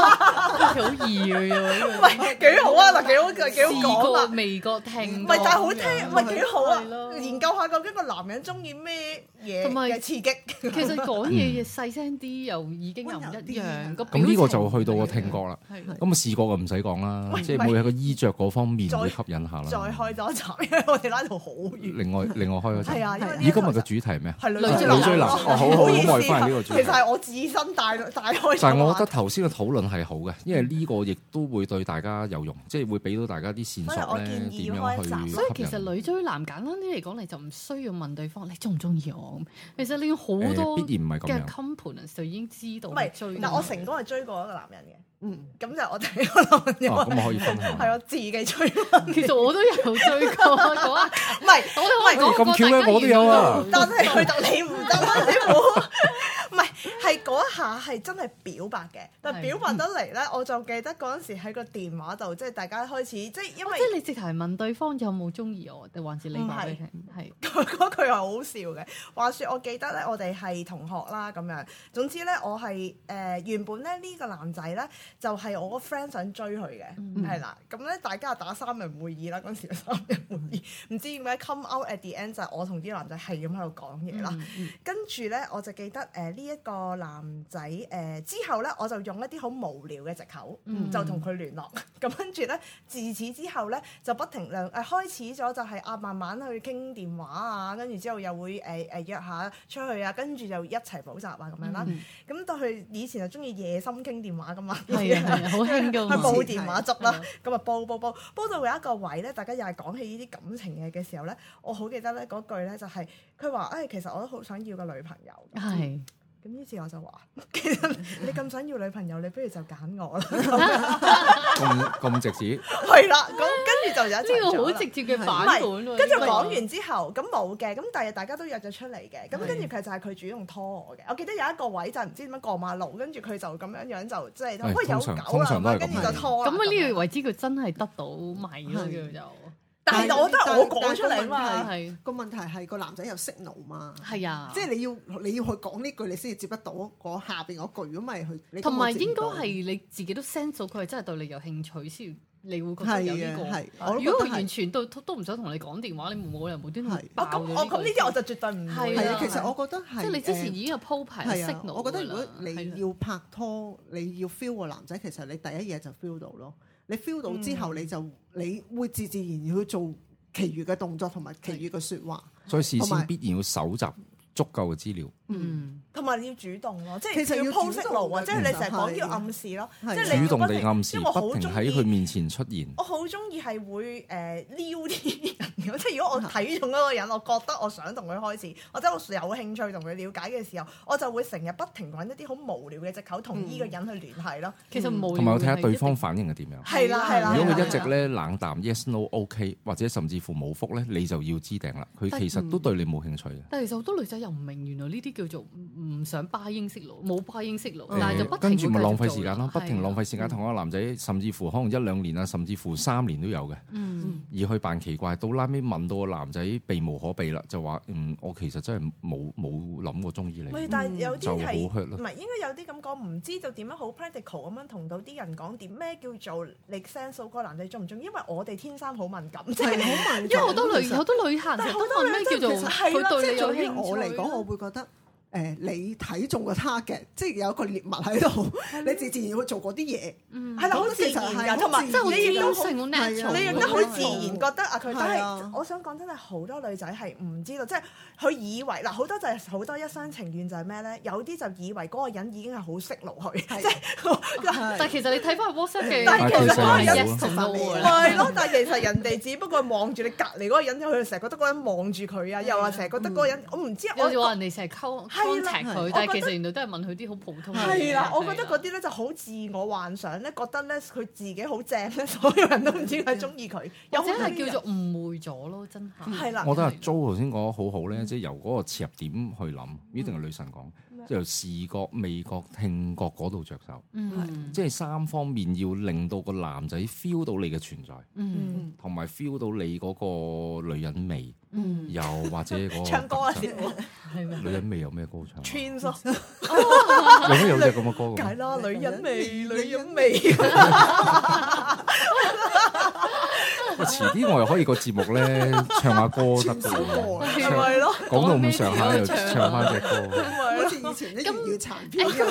B: 好易嘅喎，呢個
C: 喂，幾好啊！嗱，幾好嘅，幾好
B: 視
C: 講
B: 覺、
C: 啊！
B: 味覺、聽
C: 唔
B: 覺，
C: 係，但係好聽，唔係幾好啊
B: 係！咯
C: 研究下究竟個男人中意咩嘢
B: 同埋
C: 嘅刺激，
A: 嗯
B: 其實講嘢細聲啲又已經又唔一
D: 啊
B: 樣，個
A: 咁呢個
B: 表
A: 就
B: 情
A: 去到個聽覺啦。
B: 係
A: 咁啊視覺就唔使講啦
C: 喂，
A: 即
C: 唔係
A: 係每一個衣着嗰方面
C: 再
A: 會吸引下
C: 再
A: 啦。
C: 開多一集，因為我哋拉到好遠。
A: 另外另外開咗集。
C: 係啊，因為呢
A: 咦，今
C: 一
A: 日嘅主
C: 個
A: 題係咩啊？
C: 係女
B: 女追男
C: 追
B: 哦
A: 好好好
C: 唔意思啊
A: 我哋翻嚟呢個主題
C: 其實係我自身帶帶開咗。
A: 但係我覺得頭先嘅討論係好嘅，因為呢個亦都會對大家有用，即係會俾到大家啲線
C: 所以
A: 索
C: 我
A: 咧，
C: 建議
A: 點
C: 要開
A: 樣
C: 一
A: 去
C: 集
A: 吸
B: 所以其
A: 引
B: 實女追男簡單啲嚟講，你就唔需要問對方你中唔中意我咁。其實你要好
A: 誒
B: 多
A: 必然唔係咁
B: 嘅
A: 樣。
B: components 就已經知道
C: 唔
B: 你追
C: 係，
B: 唔
C: 嗱，我
B: 追
C: 成功係追過一個男人嘅，
D: 嗯，
C: 咁就我哋嗰個男人
A: 哦，咁我可以分享。
C: 係我自己追，唔
B: 其實我都有追 過嗰一
C: 係。
B: 我都可能
A: 咁巧咧我都有
B: 哦
A: 啊
C: 但係去到你唔得啦，你冇。唔係，係嗰一下係真係表白嘅，但
B: 係嗯
C: 表白得嚟咧，我就記得嗰陣時喺個電話度，即係大家開始，即係因
B: 即
C: 為
B: 係你直頭係問對方有冇中意我，定還是你話俾你聽？係
C: 佢 嗰句係好笑嘅。話說我記得咧，我哋係同學啦咁樣。總之咧，我係誒、呃原本咧呢、個男仔咧就係、我個 friend 想追佢嘅，
B: 嗯
C: 係啦、咁咧大家打三人會議啦，嗰陣時有三人會議，唔知點解 come out at the end 就係我同啲男仔係咁喺度講嘢啦。跟住咧，我就記得誒呢一個男仔誒、呃之後咧，我就用一啲好無聊嘅藉口，
B: 嗯
C: 就同佢聯絡。咁跟住咧，自此之後咧，就不停量誒、呃、開始咗就係、啊，慢慢去傾電話啊，跟住之後又會誒誒、呃約下出去啊，跟住就一齊補習啊咁樣啦。
B: 嗯
C: 咁到佢以前就中意夜深傾電話噶嘛，
B: 係啊係啊，好興㗎
C: 佢
B: 嘛
C: 冇電話粥
B: 係
C: 啦
B: 啊，
C: 咁啊煲煲煲煲到有一個位咧，大家又係講起呢啲感情嘢嘅時候咧，我好記得咧嗰句咧就係佢話：，誒、哎其實我都好想要個女朋友。
B: 嗯係
C: 咁於是我就話：， 其 實你咁想要女朋友，你不如就揀我啦。
A: 咁咁直接，
C: 係啦，咁跟住就有一齊
B: 呢個
C: 咗
B: 好
C: 啦
B: 直接嘅
C: 唔
B: 版
C: 係
B: 本喎。
C: 跟
B: 呢
C: 住
B: 個
C: 講完之後，咁冇嘅，咁第日大家都約咗出嚟嘅，咁
B: 係
C: 跟住佢就係佢主動拖我嘅。我記得有一個位就唔知點樣過馬路，跟住佢就咁樣樣就即係
A: 係
C: 喂
A: 通
C: 有
A: 常
C: 狗
A: 通
C: 啦
A: 常
C: 咁
A: 都係
C: 樣，跟住
A: 咁
C: 就
A: 嘅
C: 拖
B: 咁
C: 啦。
B: 啊，呢
C: 樣
B: 個為之佢真係得到米咯，叫做
C: 但係我覺得我講出嚟
D: 但
C: 嘛，
B: 係
D: 個問題係個男仔有 signal 嘛，
B: 係啊，
D: 即係你要你要去講呢句，你先至接得到嗰下邊嗰句，如果咪佢你根本
B: 同埋
D: 接
B: 應
D: 唔
B: 該
D: 到
B: 係你自己都 sense 到佢係真係對你有興趣先，你會覺得有
D: 係
B: 呢
D: 啊，係
B: 個。
D: 我都
B: 如
D: 覺
B: 果
D: 得
B: 佢完
D: 係。
B: 全都都唔想同你講電話，你冇理由無端端
D: 係
C: 哦
B: 爆
C: 咁
B: 咗
C: 我咁呢啲我
B: 句
C: 就絕對唔會
B: 係
D: 係
B: 啊
D: 啊，其實我覺得係
B: 即係你之
D: 誒
B: 前已經有鋪排
D: 係
B: signal
D: 啊，我覺得如果你
B: 要
D: 要拍拖，你要 feel 個男仔，其實你第一嘢就 feel 到咯。你 feel 到
B: 嗯
D: 之後，你就你會自自然然去做其餘嘅動作同埋其餘嘅説話。
A: 所以事
D: 同
A: 先
D: 埋
A: 必然要搜集足夠嘅資料。
B: 嗯
C: 同埋要主動咯，即係
D: 其實
C: 要
D: 要
C: 鋪色
D: 主動
C: 路啊，
D: 嘅
C: 即係你成日講
D: 其實
C: 要
D: 係
C: 暗示咯，即
D: 係
C: 係你
A: 主
C: 要
A: 動
C: 不
A: 地
C: 停
A: 暗示，
C: 因為我好
A: 不停
C: 中
A: 喺
C: 意
A: 佢面前出現。
C: 我好中意係會誒、撩啲人嘅， 即係如果我
D: 啊
C: 睇中嗰個人，我覺得我想同佢開始，或者我有興趣同佢了解嘅時候，我就會成日不停揾一啲好無聊嘅藉口
D: 嗯
C: 同呢個人去聯繫咯。嗯
B: 其實冇
A: 同埋我睇下對方
B: 係
A: 反應係點樣。
C: 係啦係啦，
A: 如果
C: 係啦
A: 佢一直，咧冷淡，yes no OK，或者甚至乎冇覆咧，你就要知定啦。佢
B: 但
A: 其實都對你冇興趣嘅。
B: 但係其實好多女仔又唔明，原來呢啲叫做唔唔想巴英式佬，冇巴英式佬，
A: 誒
B: 嗯但係就不停
A: 跟住咪浪費
B: 費
A: 時間咯，不
B: 啊
A: 停浪費時間同一個男仔，甚至乎可能一兩年啊，甚至乎三年都有嘅。
B: 嗯，
A: 而去扮奇怪，到拉尾問到個男仔避無可避啦，就話嗯，我其實真係冇冇諗過中意你。
C: 喂，但係有
A: 嗯就
C: 啲
A: 好
C: 係。
A: hurt
C: 唔
A: 咯。
C: 係應該有啲咁講，唔知道點樣好 practical 咁樣同到啲人講點咩叫做你 sense 到嗰個男仔中唔中意，因為我哋天生好敏感，即係
D: 係好
B: 因
D: 敏
B: 為好多女
D: 其實
B: 好多女客人
C: 但係
B: 都
C: 好多
B: 問咩
C: 女
B: 叫做
C: 仔其實係啦
B: 佢對
D: 即係
B: 你有
D: 對於
B: 興趣
D: 我嚟講，我會覺得誒、你睇中個 target，即係有一個獵物喺度，你自自然會做嗰啲嘢。
B: 嗯
C: 係啦，好
D: 我
C: 自
D: 覺得其實
C: 然
D: 係
C: 㗎，
D: 好
C: 同埋
D: 自
B: 即係好
D: 然
C: 你亦都
B: 天
C: 好
B: 性好 natural，
C: 你
D: 係啊
C: 亦都好自然覺得啊，佢
D: 係
C: 但
D: 啊
C: 係我想講真係好多女仔係唔知道，即係佢以為嗱好多就係好多一廂情願就係咩咧？有啲就以為嗰個人已經係好識路佢，
D: 係
C: 即係
B: 但係其實你睇翻 WhatsApp 嘅，
C: 但係其實嗰
A: 人
C: 個
B: 一成都會啦，
C: 係咯。但係其實人哋只不過望住你隔離嗰個人，佢成日覺得嗰個人望住佢啊，又話成日覺得嗰個人，我唔知啊
B: 嗯又
C: 我。
B: 話人哋成日溝，
C: 係
B: contact
D: 係
B: 佢，但係其實原來都係問佢啲好普通嘅嘢。
C: 係啦，我覺得嗰
B: 係啦啊
C: 啲咧就好自我幻想咧，覺得咧佢自己好正咧，所有人都唔知佢中意佢，有
B: 嗯或者
C: 好多呢啲
B: 係
C: 人
B: 叫做誤會咗咯，真啊係。
C: 係啦
A: 我覺得阿 Jo 頭先講得好好咧，即係由嗰個切入點去諗，一定係女神講，
C: 咩
A: 即係由視覺、味覺、聽覺嗰度着手，
B: 嗯，
A: 即係三方面要令到個男仔 feel 到你嘅存在，
B: 嗯
C: 嗯
A: 同埋 feel 到你嗰個女人味，
B: 嗯，
A: 又或者嗰個
C: 唱歌啊嗰
A: 特質
C: 時我
B: 係咪？
A: 女人味有咩歌 唱啊？
C: Twins 咯，
A: 有咩有隻咁嘅歌嘅咩？
C: 解啦，女人味，
A: 嗯
D: 女
C: 女人
D: 人
C: 味，
A: 喂遲啲我又可以個節目咧唱下歌得
D: 小
A: 嘅，
D: 過啊
C: 係 咪咯？
A: 講到咁上下又唱翻隻歌，
D: 好似以前啲
B: 咁
D: 粵語殘
B: 誒
D: 片
B: 咁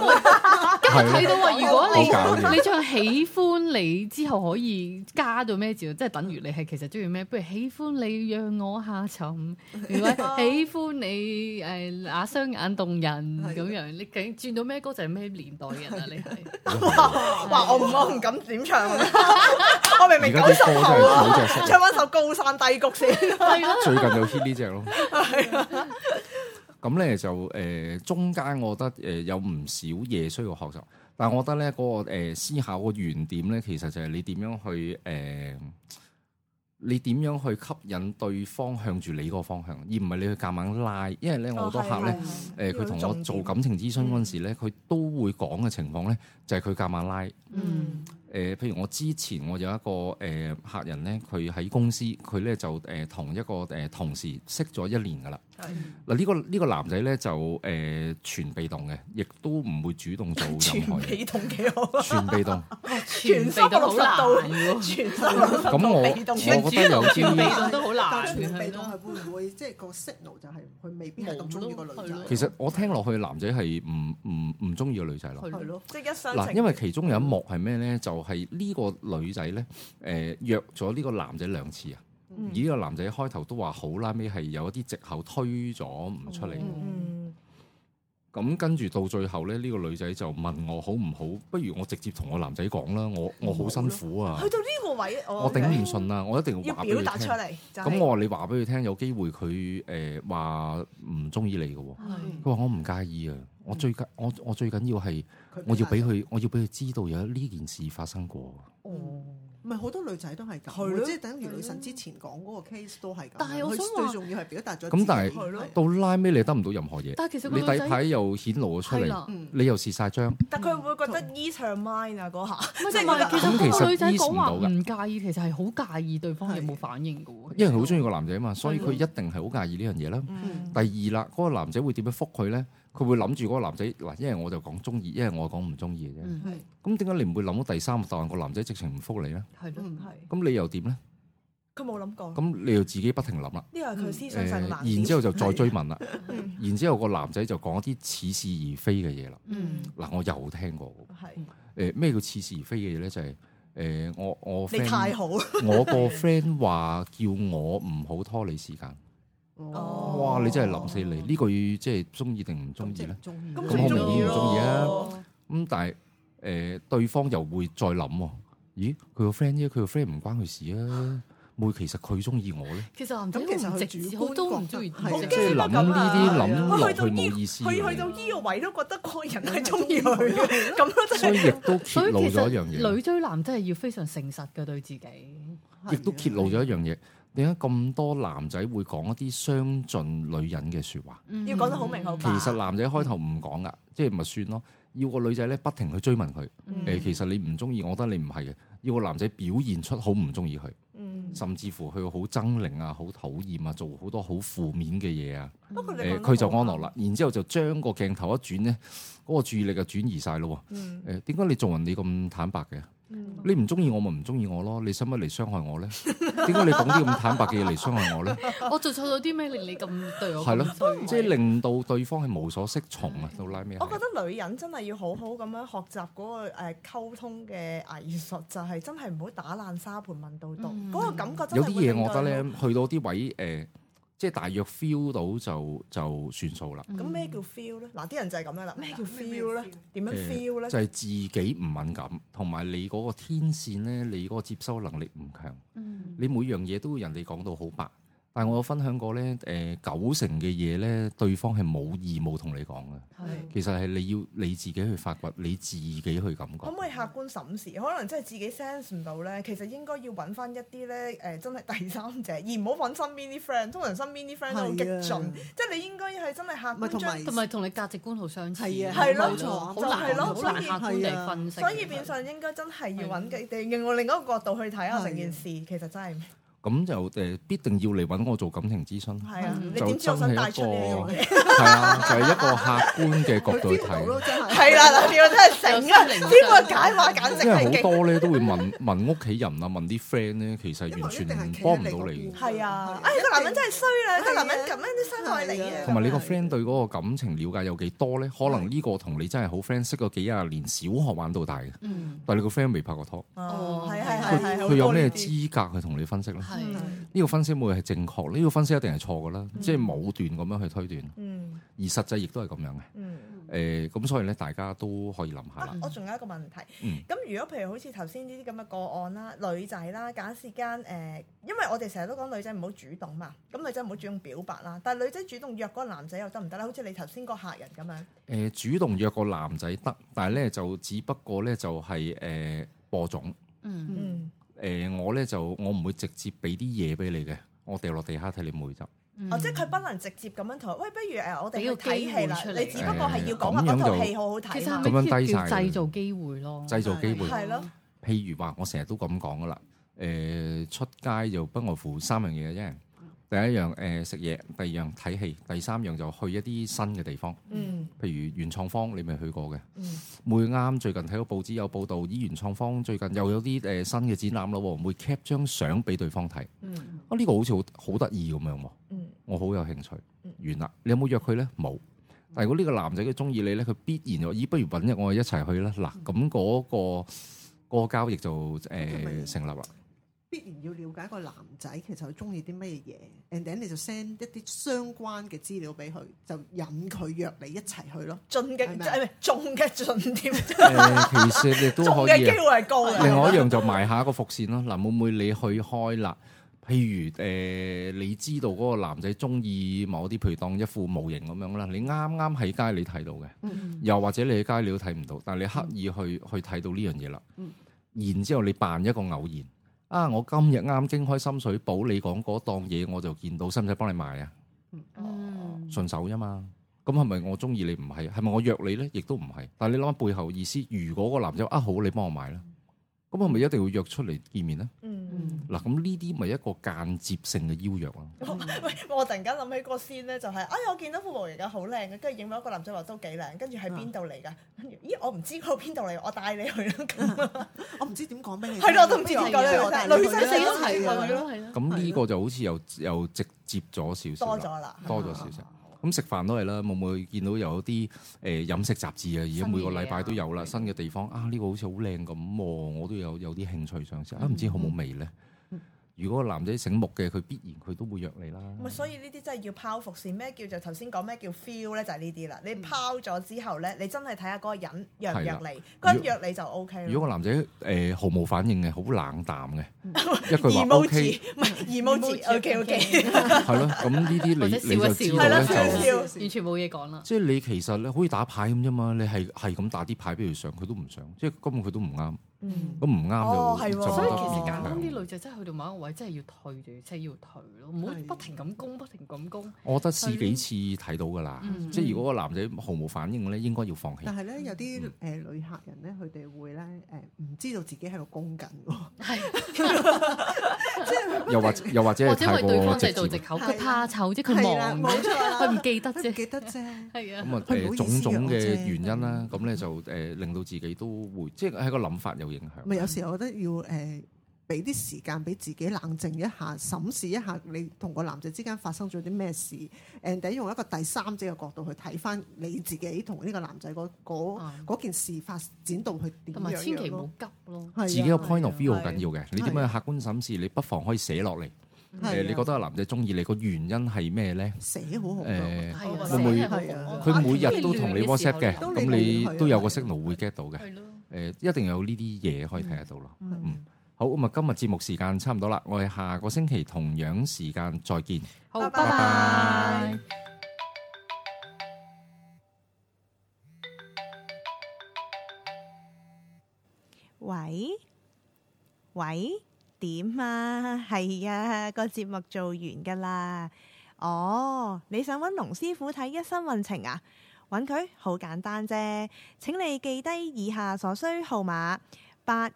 B: 我
D: 咁
B: 今日睇到話，如果
A: 好搞
B: 你
A: 笑
B: 你唱喜歡你之後可以加到咩字，即係等於你係其實中意咩？不如喜歡你讓我下沉，如 果喜歡你誒那雙眼動人
D: 係
B: 咁樣，你究竟轉到咩歌就係咩年代嘅人啊？你 係
C: 哇！我唔我唔敢 點唱啊，我明
A: 啊而
C: 明
A: 家
C: 九十
A: 啲歌真
C: 後
A: 係好
C: 啊，
A: 隻色
C: 唱。翻首高山低谷先。
B: 係咯，
A: 最近就 hit 呢只咯。咁咧就誒、呃中間我覺得誒、呃有唔少嘢需要學習，但係我覺得咧嗰、個、呃、思考個原點咧，其實就係你點樣去誒、呃你點樣去吸引對方向住你個方向，而唔係你去夾硬拉。因為咧我好多客咧
C: 哦。
A: 誒
C: 係係
A: 呃佢同
C: 要
A: 我
C: 重
A: 做
C: 點
A: 感情諮詢嗰陣時咧，佢都會講嘅情況咧，就係佢夾硬拉。誒、
B: 嗯
A: 譬如我之前我有一個誒、呃客人咧，佢喺公司，佢咧就誒同、一個誒、呃同事識咗一年噶啦。嗱呢個呢個男仔咧就誒、呃全被動嘅，亦都唔會主動做任
C: 全
A: 何嘢，
C: 被動幾好啊，
A: 全被動。
B: 全肥都好難喎，
C: 全身六十
A: 咁我
C: 度被動
A: 我覺得有
B: 全被
A: 啲，
B: 動都好難
D: 但全被動
B: 係
D: 係會唔會即係個 signal 就係佢未必係咁中意個女
B: 冇咯
D: 仔？
A: 其實我聽落去男仔係唔唔唔中意個女仔咯。
D: 係
B: 係咯，
D: 咯，
C: 即係一相
A: 嗱，
C: 情。
A: 因為其中有一幕係咩咧？就係、呢個女仔咧，誒、約咗呢個男仔兩次啊。
C: 嗯
A: 而呢個男仔開頭都話好啦，尾係有一啲藉口推咗唔出嚟。
D: 嗯
C: 嗯，
A: 咁跟住到最後咧，呢、個女仔就問我好唔好？不如我直接同個男仔講啦，我我好辛苦啊
C: 嗯去，到呢個位，我
A: 我頂唔順啦，我一定要
C: 啊要
A: 話俾
C: 表達
A: 佢
C: 出
A: 聽。
C: 嚟。就係
A: 咁我話你話俾佢聽，有機會佢誒話唔中意你嘅喎。
D: 嗯
B: 係
A: 佢話我唔介意啊，我最緊我我最緊要係
D: 佢
A: 我要俾佢，我要俾佢知道有呢件事發生過。
B: 哦。
D: 唔係好多女仔都係
C: 係咯
D: 咁，即係等於女神之前講嗰個 case 都係咁。
B: 但係我想話
D: 佢最重要係表達咗
A: 咁但係
D: 自己
C: 係咯
A: 到拉尾你得唔到任何嘢，
B: 但係其實個
A: 你
B: 女
A: 底
B: 仔
A: 牌又顯露咗出
B: 係
A: 嚟，
B: 啦，
D: 嗯
A: 你又蝕晒張。
C: 但佢會覺得 eat her mind 啊嗰下，
B: 唔係
C: 即
B: 同
C: 係
B: 埋其
A: 咁其實
B: 實個女仔
A: ease
B: 講
A: 唔
B: 話
A: 到
B: 唔介意，其實係好介意對方有冇反應嘅喎。
A: 因為佢好中意個男仔啊嘛，所以佢
B: 係
A: 一定係好介意呢樣嘢啦。
C: 嗯
A: 第二啦，嗰、個男仔會點樣覆佢咧？佢會諗住嗰個男仔嗱，因為我就講中意，因為我講唔中意嘅啫。
B: 嗯，
D: 係
A: 咁點解你唔會諗到第三個答案？個男仔直情唔覆你咧？
B: 係咯，
D: 嗯
C: 係
A: 咁你又點咧？
C: 佢冇諗過，
A: 咁你又自己不停諗啦。
C: 呢個係佢思
A: 誒、
C: 想上嘅難點
A: 然之後就再追問啦。
C: 嗯
A: 然之後個男仔就講一啲似是而非嘅嘢啦。
B: 嗯，
A: 嗱，我又聽過喎。誒、
C: 係
A: 咩叫似是而非嘅嘢咧？就係、誒、我我
C: 你太
A: friend
C: 好啦，
A: 我個 friend 話叫我唔好拖你時間。
C: 哦
A: 哇！你真係諗死你呢句，即係中意定唔中
D: 咁
A: 意
D: 即係
A: 咧
D: 唔？中意
C: 咁
A: 咁我
C: 佢
A: 明顯唔中意
C: 咯
A: 啊。咁但係誒、呃，對方又會再諗喎。咦，佢個 friend 啫，佢個 friend 唔關佢事啊。會其實佢中意我咧，
B: 其實男仔
D: 咁其實
B: 好唔
D: 佢
B: 直
D: 主
B: 接，
D: 觀
B: 好多唔中意
D: 覺得係
B: 好
D: 啊
A: 即
B: 驚
A: 係諗呢啲諗落
C: 喂去
A: 去
C: 到呢
A: 冇意思
C: 佢去到
A: 嘅。
C: 呢個位都覺得嗰個人係中意佢嘅，咁咯真
A: 所以
C: 係
A: 亦都揭
B: 所以
A: 露
B: 其
A: 咗一樣
B: 實
A: 嘢，
B: 女追男真係要非常誠實嘅對自己，
A: 亦都揭露咗一樣嘢。點解咁多男仔會講一啲傷盡女人嘅説話？
B: 嗯
C: 要講得好明好
A: 其
B: 啊
C: 白
A: 實男仔開頭唔講噶，即係咪算咯？要個女仔咧不停去追問佢。誒、
B: 嗯
A: 其實你唔中意，我覺得你唔係嘅。要個男仔表現出好唔中意佢，
C: 嗯。
A: 甚至乎佢好狰狞啊、好討厭啊，做好多好負面嘅嘢啊。
C: 不過你
A: 誒
C: 講得
A: 佢就
C: 好
A: 安
C: 啊
A: 樂啦，然之後就將個鏡頭一轉咧，嗰、個注意力就轉移晒咯
C: 嗯
A: 喎。誒點解你做人你咁坦白嘅？
C: 嗯
A: 你唔中意我咪唔中意我咯，你使乜嚟傷害我 咧？點解你講啲咁坦白嘅嘢嚟傷害我咧？
B: 我做錯咗啲咩令你咁對我
A: 係
B: 咁衰
A: 咯，即係令到對方係無所適從啊！到拉尾係，
C: 我覺得女人真係要好好咁樣學習嗰個誒溝通嘅藝術，就係真係唔好打爛沙盤問到底，
B: 嗯
C: 嗰個感覺真
A: 有
C: 係
A: 啲
C: 會
A: 嘢
C: 令
A: 我覺
C: 到
A: 得
C: 人
A: 咧，去到啲位誒、呃即係大約 feel 到就就算數啦。
C: 咁咩叫 feel 咧？嗱，啲人就係咁樣啦。咩叫 feel 咧？點樣
A: 誒
C: feel 咧？
A: 就係自己唔敏感，同埋你嗰個天線咧，你嗰個接收能力唔強。
B: 嗯
A: 你每樣嘢都人哋講到好白，但係我有分享過咧，誒、九成嘅嘢咧，對方係冇義務同你講嘅。
B: 係
A: 其實係你要你自己去發掘，你自己去感覺
C: 可唔。可以客觀審視？可能真係自己 sense 唔到咧，其實應該要揾翻一啲咧誒，真係第三者，而唔好揾身邊啲 friend。通常身邊啲 friend 都好激
D: 係啊
C: 進，即係你應該係真係客
D: 咪
C: 觀
D: 同
C: 將
D: 埋
B: 同埋同你價值觀好相似，
D: 係啊
C: 係咯
B: 冇錯好
C: 就係
B: 難
C: 咯
B: 好
C: 所
B: 難
C: 以
B: 客觀地分析。
C: 所以變相應該真係要揾嘅，地用另一個角度去睇下成件事，其實真係唔
A: 咁就誒、必定要嚟揾我做感情諮詢。
C: 係啊！
B: 嗯
C: 你
A: 就
C: 點知我
A: 真係
C: 想
A: 一
C: 帶出呢樣
A: 個
C: 嘢？
A: 係啊，就係一個客觀嘅角
D: 佢
A: 度去
D: feel 到
A: 睇
D: 咯，。真係
C: 係啦，嗱，你要真係醒啊！
B: 有心靈
C: 呢個解話簡直
A: 因
C: 係
A: 為好
C: 勁。
A: 多咧都會問問屋企人啊，問啲 friend 咧，其實完全幫唔到你。
C: 係啊！哎，個男人真係衰啦，
D: 係啊
C: 個男人咁樣啲傷害你
D: 係
C: 啊！
D: 啊
A: 同埋你個
D: 係
A: friend 對嗰個感情了解有幾多咧？可能呢個同你真係好 friend，識咗幾廿年，小學玩到大嘅，
B: 嗯
A: 但係你個 friend 未拍過拖，
C: 哦，係係
A: 佢
C: 係係，好
A: 佢
C: 多
A: 有
C: 呢
A: 咩
C: 啲
A: 資格去同你分析咧？
B: 係
C: 嗯
A: 呢個分析會係正確，呢個分析一定係錯㗎啦，即係武斷咁樣去推斷，
C: 嗯
A: 而實際亦都係咁樣嘅。
C: 嗯。
A: 誒，咁所以咧，大家都可以諗下
C: 啊
A: 啦。！
C: 我仲有一個問題，咁、
A: 嗯
C: 如果譬如好似頭先呢啲咁嘅個案啦，女仔啦，假設間誒、呃因為我哋成日都講女仔唔好主動嘛，咁女仔唔好主動表白啦，但係女仔主動約嗰個男仔又得唔得咧？好似你頭先個客人咁樣，
A: 誒，主動約個男仔得，但係咧就只不過咧就係誒播種。
B: 嗯
C: 嗯，
A: 誒、我咧就我唔會直接俾啲嘢俾你嘅，我掉落地下睇你妹執。
B: 嗯
C: 哦，即係佢不能直接咁樣同佢，喂，不如誒我哋
B: 俾
C: 去
B: 個
C: 睇
B: 機
C: 戲
B: 會
C: 啦，
B: 出嚟
C: 你只不過係要講話
A: 誒咁樣
C: 嗰套
A: 就
C: 戲好好
B: 其
C: 睇
B: 實
C: 嘛
B: 係，咪
A: 咁樣低
B: 叫
A: 晒
B: 叫製造機會咯？
A: 製造機會
C: 係咯，
A: 譬如話，我成日都咁講噶啦，誒、出街就不外乎三樣嘢啫。第一樣誒、呃食嘢，第二樣睇戲，第三樣就去一啲新嘅地方，
C: 嗯
A: 譬如原創坊，你咪去過嘅。
C: 嗯
A: 每啱最近睇到報紙有報導，咦原創坊最近又有啲誒、新嘅展覽咯，會 cap 張相俾對方睇。
C: 嗯
A: 啊，呢、個好似好好得意咁樣喎。
C: 嗯
A: 我好有興趣
C: 嗯。
A: 完啦，你有冇約佢呢？冇。但係如果呢個男仔佢中意你呢，佢必然就咦，不如揾日我哋一齊去啦。
C: 嗯
A: 嗱，咁嗰、個嗰個交易 就誒、
D: 咁咪
A: 成立啦。
D: 必然要了解個男仔其實佢中意啲乜嘢，and then 你就 send 一啲相關嘅資料俾佢，就引佢約你一齊去咯。
C: 盡嘅
D: 係咪
C: 即係唔係中嘅盡添，
A: 誒、其實你 都
C: 中
A: 可
C: 嘅
A: 以
C: 機
A: 啊。
C: 會係高 嘅。
A: 另外一樣就埋下一個伏線咯。嗱，會唔會你去開啦？譬如誒、你知道嗰個男仔中意某啲，譬如當一副模型咁樣啦，你啱啱喺街你睇到嘅，
B: 嗯
A: 又或者你喺街你都睇唔到，但係你刻意去、去睇到呢樣嘢啦。然之後你扮一個偶然啊！我今日啱經開深水埗，你講嗰檔嘢我就見到，使唔使幫你買啊？
B: 嗯
A: 順手啫嘛。咁係咪我中意你唔係？係咪我約你呢？亦都唔係。但係你諗下背後意思，如果個男仔話啊好，你幫我買啦，咁係咪一定要約出嚟見面呢？
C: 嗯。
A: 嗱，咁呢啲咪一個間接性嘅邀約咯。
C: 喂，我突然間諗起個先咧，就係、哎，我見到副模型啊，好靚嘅，跟住影咗一個男仔話都幾靚，跟住
B: 啊
C: 喺邊度嚟㗎？跟住，咦，我唔知嗰邊度嚟，我帶你去啦。 咁
D: 我唔知點講俾你聽，
C: 係咯我都唔知
B: 點講
D: 不如
B: 俾你
D: 我帶
C: 聽
D: 你去
C: 女仔死
D: 啦
C: 都係
D: 係啊
B: 係咯係咯。
A: 咁呢個就好似又又直接咗少少
C: 多
A: 啦，
C: 咗啦，
A: 多咗少少。咁食飯都係啦，會唔會見到有啲誒、飲食雜誌啊？而家每個禮拜都有啦，
B: 新
A: 新嘅地方啊，呢、個好似好靚咁喎，我都有有啲興趣想試啊，唔知好冇味呢？如果個男仔醒目嘅，佢必然佢都會約你啦。
C: 咪啊所以呢啲真係要拋伏線，咩叫做頭先講咩叫 feel 咧，就係呢啲啦。你
A: 嗯
C: 拋咗之後咧，你真係睇下嗰個人約唔約你，嗰個人約你就 O K
A: 如
C: 啦。
A: 果個男仔誒、毫無反應嘅，好冷淡嘅，
B: 嗯
A: 一句 話 O K
C: emoji 唔係 emoji，OK OK，
A: 係咯，咁呢啲
B: 或者
A: 你
B: 笑
A: 你
B: 一笑
A: 就知
C: 係
A: 道
C: 啦
A: 咧
C: 笑一笑
A: 就。
B: 完全冇嘢講啦。
A: 即係你其實咧，好似打牌咁啫嘛，你係係咁打啲牌俾佢上，佢都唔上，即係根本佢都唔啱，
C: 嗯
A: 咁唔
C: 哦
A: 啱
C: 係
A: 就
C: 喎
A: 就
B: 所以
A: 覺得
B: 其實
A: 勉
B: 簡單
A: 強
B: 啲，女仔真係去到某一個位，真係要退就要即係要退咯，唔好
D: 係
B: 不停咁攻，不停咁攻。
A: 我覺得試幾次睇到㗎啦
B: 嗯，
A: 即係如果個男仔毫無反應咧，應該要放棄
D: 但。係咧，有啲誒女客人咧，佢哋會咧誒唔知道自己喺度攻緊喎，
B: 係，
A: 又或者又或者
B: 或
A: 係
B: 者為
A: 太
B: 對
A: 過
B: 方
A: 直
B: 製造
A: 接
B: 藉，口，
D: 係
B: 佢怕醜啫，佢
D: 係啦
B: 忙
D: 冇
B: 啫，
D: 錯 啦
B: 佢唔記得
D: 佢唔
B: 啫。
D: 記得啫。
B: 係啊，
A: 咁 啊
D: 佢唔
A: 誒
D: 好意思
A: 種種嘅
D: 啊我啫
A: 原因
B: 嗯
A: 啦，咁咧就誒令到自己都會，即係喺個諗法有影
D: 咪
A: 響。
D: 有時我覺得要誒俾啲時間俾自己冷靜一下，審視一下你同個男仔之間發生咗啲咩事，誒第用一個第三者嘅角度去睇翻你自己同呢個男仔嗰嗰
B: 啊
D: 嗰件事發展到去點
B: 同埋
D: 樣
B: 千祈
D: 樣
B: 唔好
D: 咯。
B: 急咯。
D: 係啊啊
A: 自己個 point of view
B: 係
A: 好緊要嘅，你點樣客觀審視？你不妨可以寫落嚟。誒，你覺得個男仔中意你個原因係咩咧？
D: 啊寫好好㗎，
A: 誒，
B: 係啊，
A: 會唔會
B: 寫係好
D: 佢
A: 佢每日都同你
B: 亂嘅時候
A: WhatsApp 嘅，
D: 都
A: 咁
D: 你
A: 你
D: 會去
A: 都有
D: 啊
A: 個 signal 會 get 到嘅。
B: 係咯，
A: 誒、一定有呢啲嘢可以睇得到咯。
B: 嗯
A: 嗯，好咁啊，今日節目時間差唔多啦，我哋下個星期同樣時間再見。
E: 好，
B: 拜
E: 拜
B: 拜
E: 拜。
C: 喂喂，點啊？ 係啊，個節目做完噶啦。哦，你想揾龍師傅睇一生運程啊？揾佢好簡單啫。請你記低以下所需號碼八二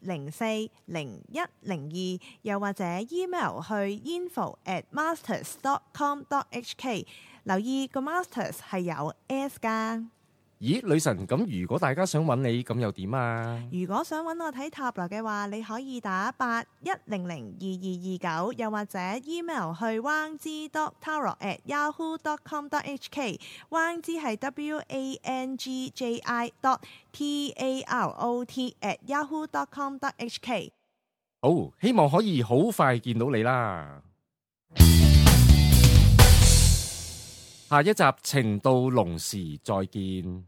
C: 零四零一零二，又或者 email 去 info at masters dot com dot hk。留意個 masters 係有 s 㗎。
A: 咦，女神，咁如果大家想揾你，咁又點啊？
C: 如果想揾我睇塔羅嘅話，你可以打八一零零二二二九，又或者 email 去 wang z dot tarot at yahoo dot com dot hk。wang z 係 w a n g j i dot t a r o t at yahoo dot com dot hk。
A: 好，希望可以好快見到你啦。下一集情到濃時再見。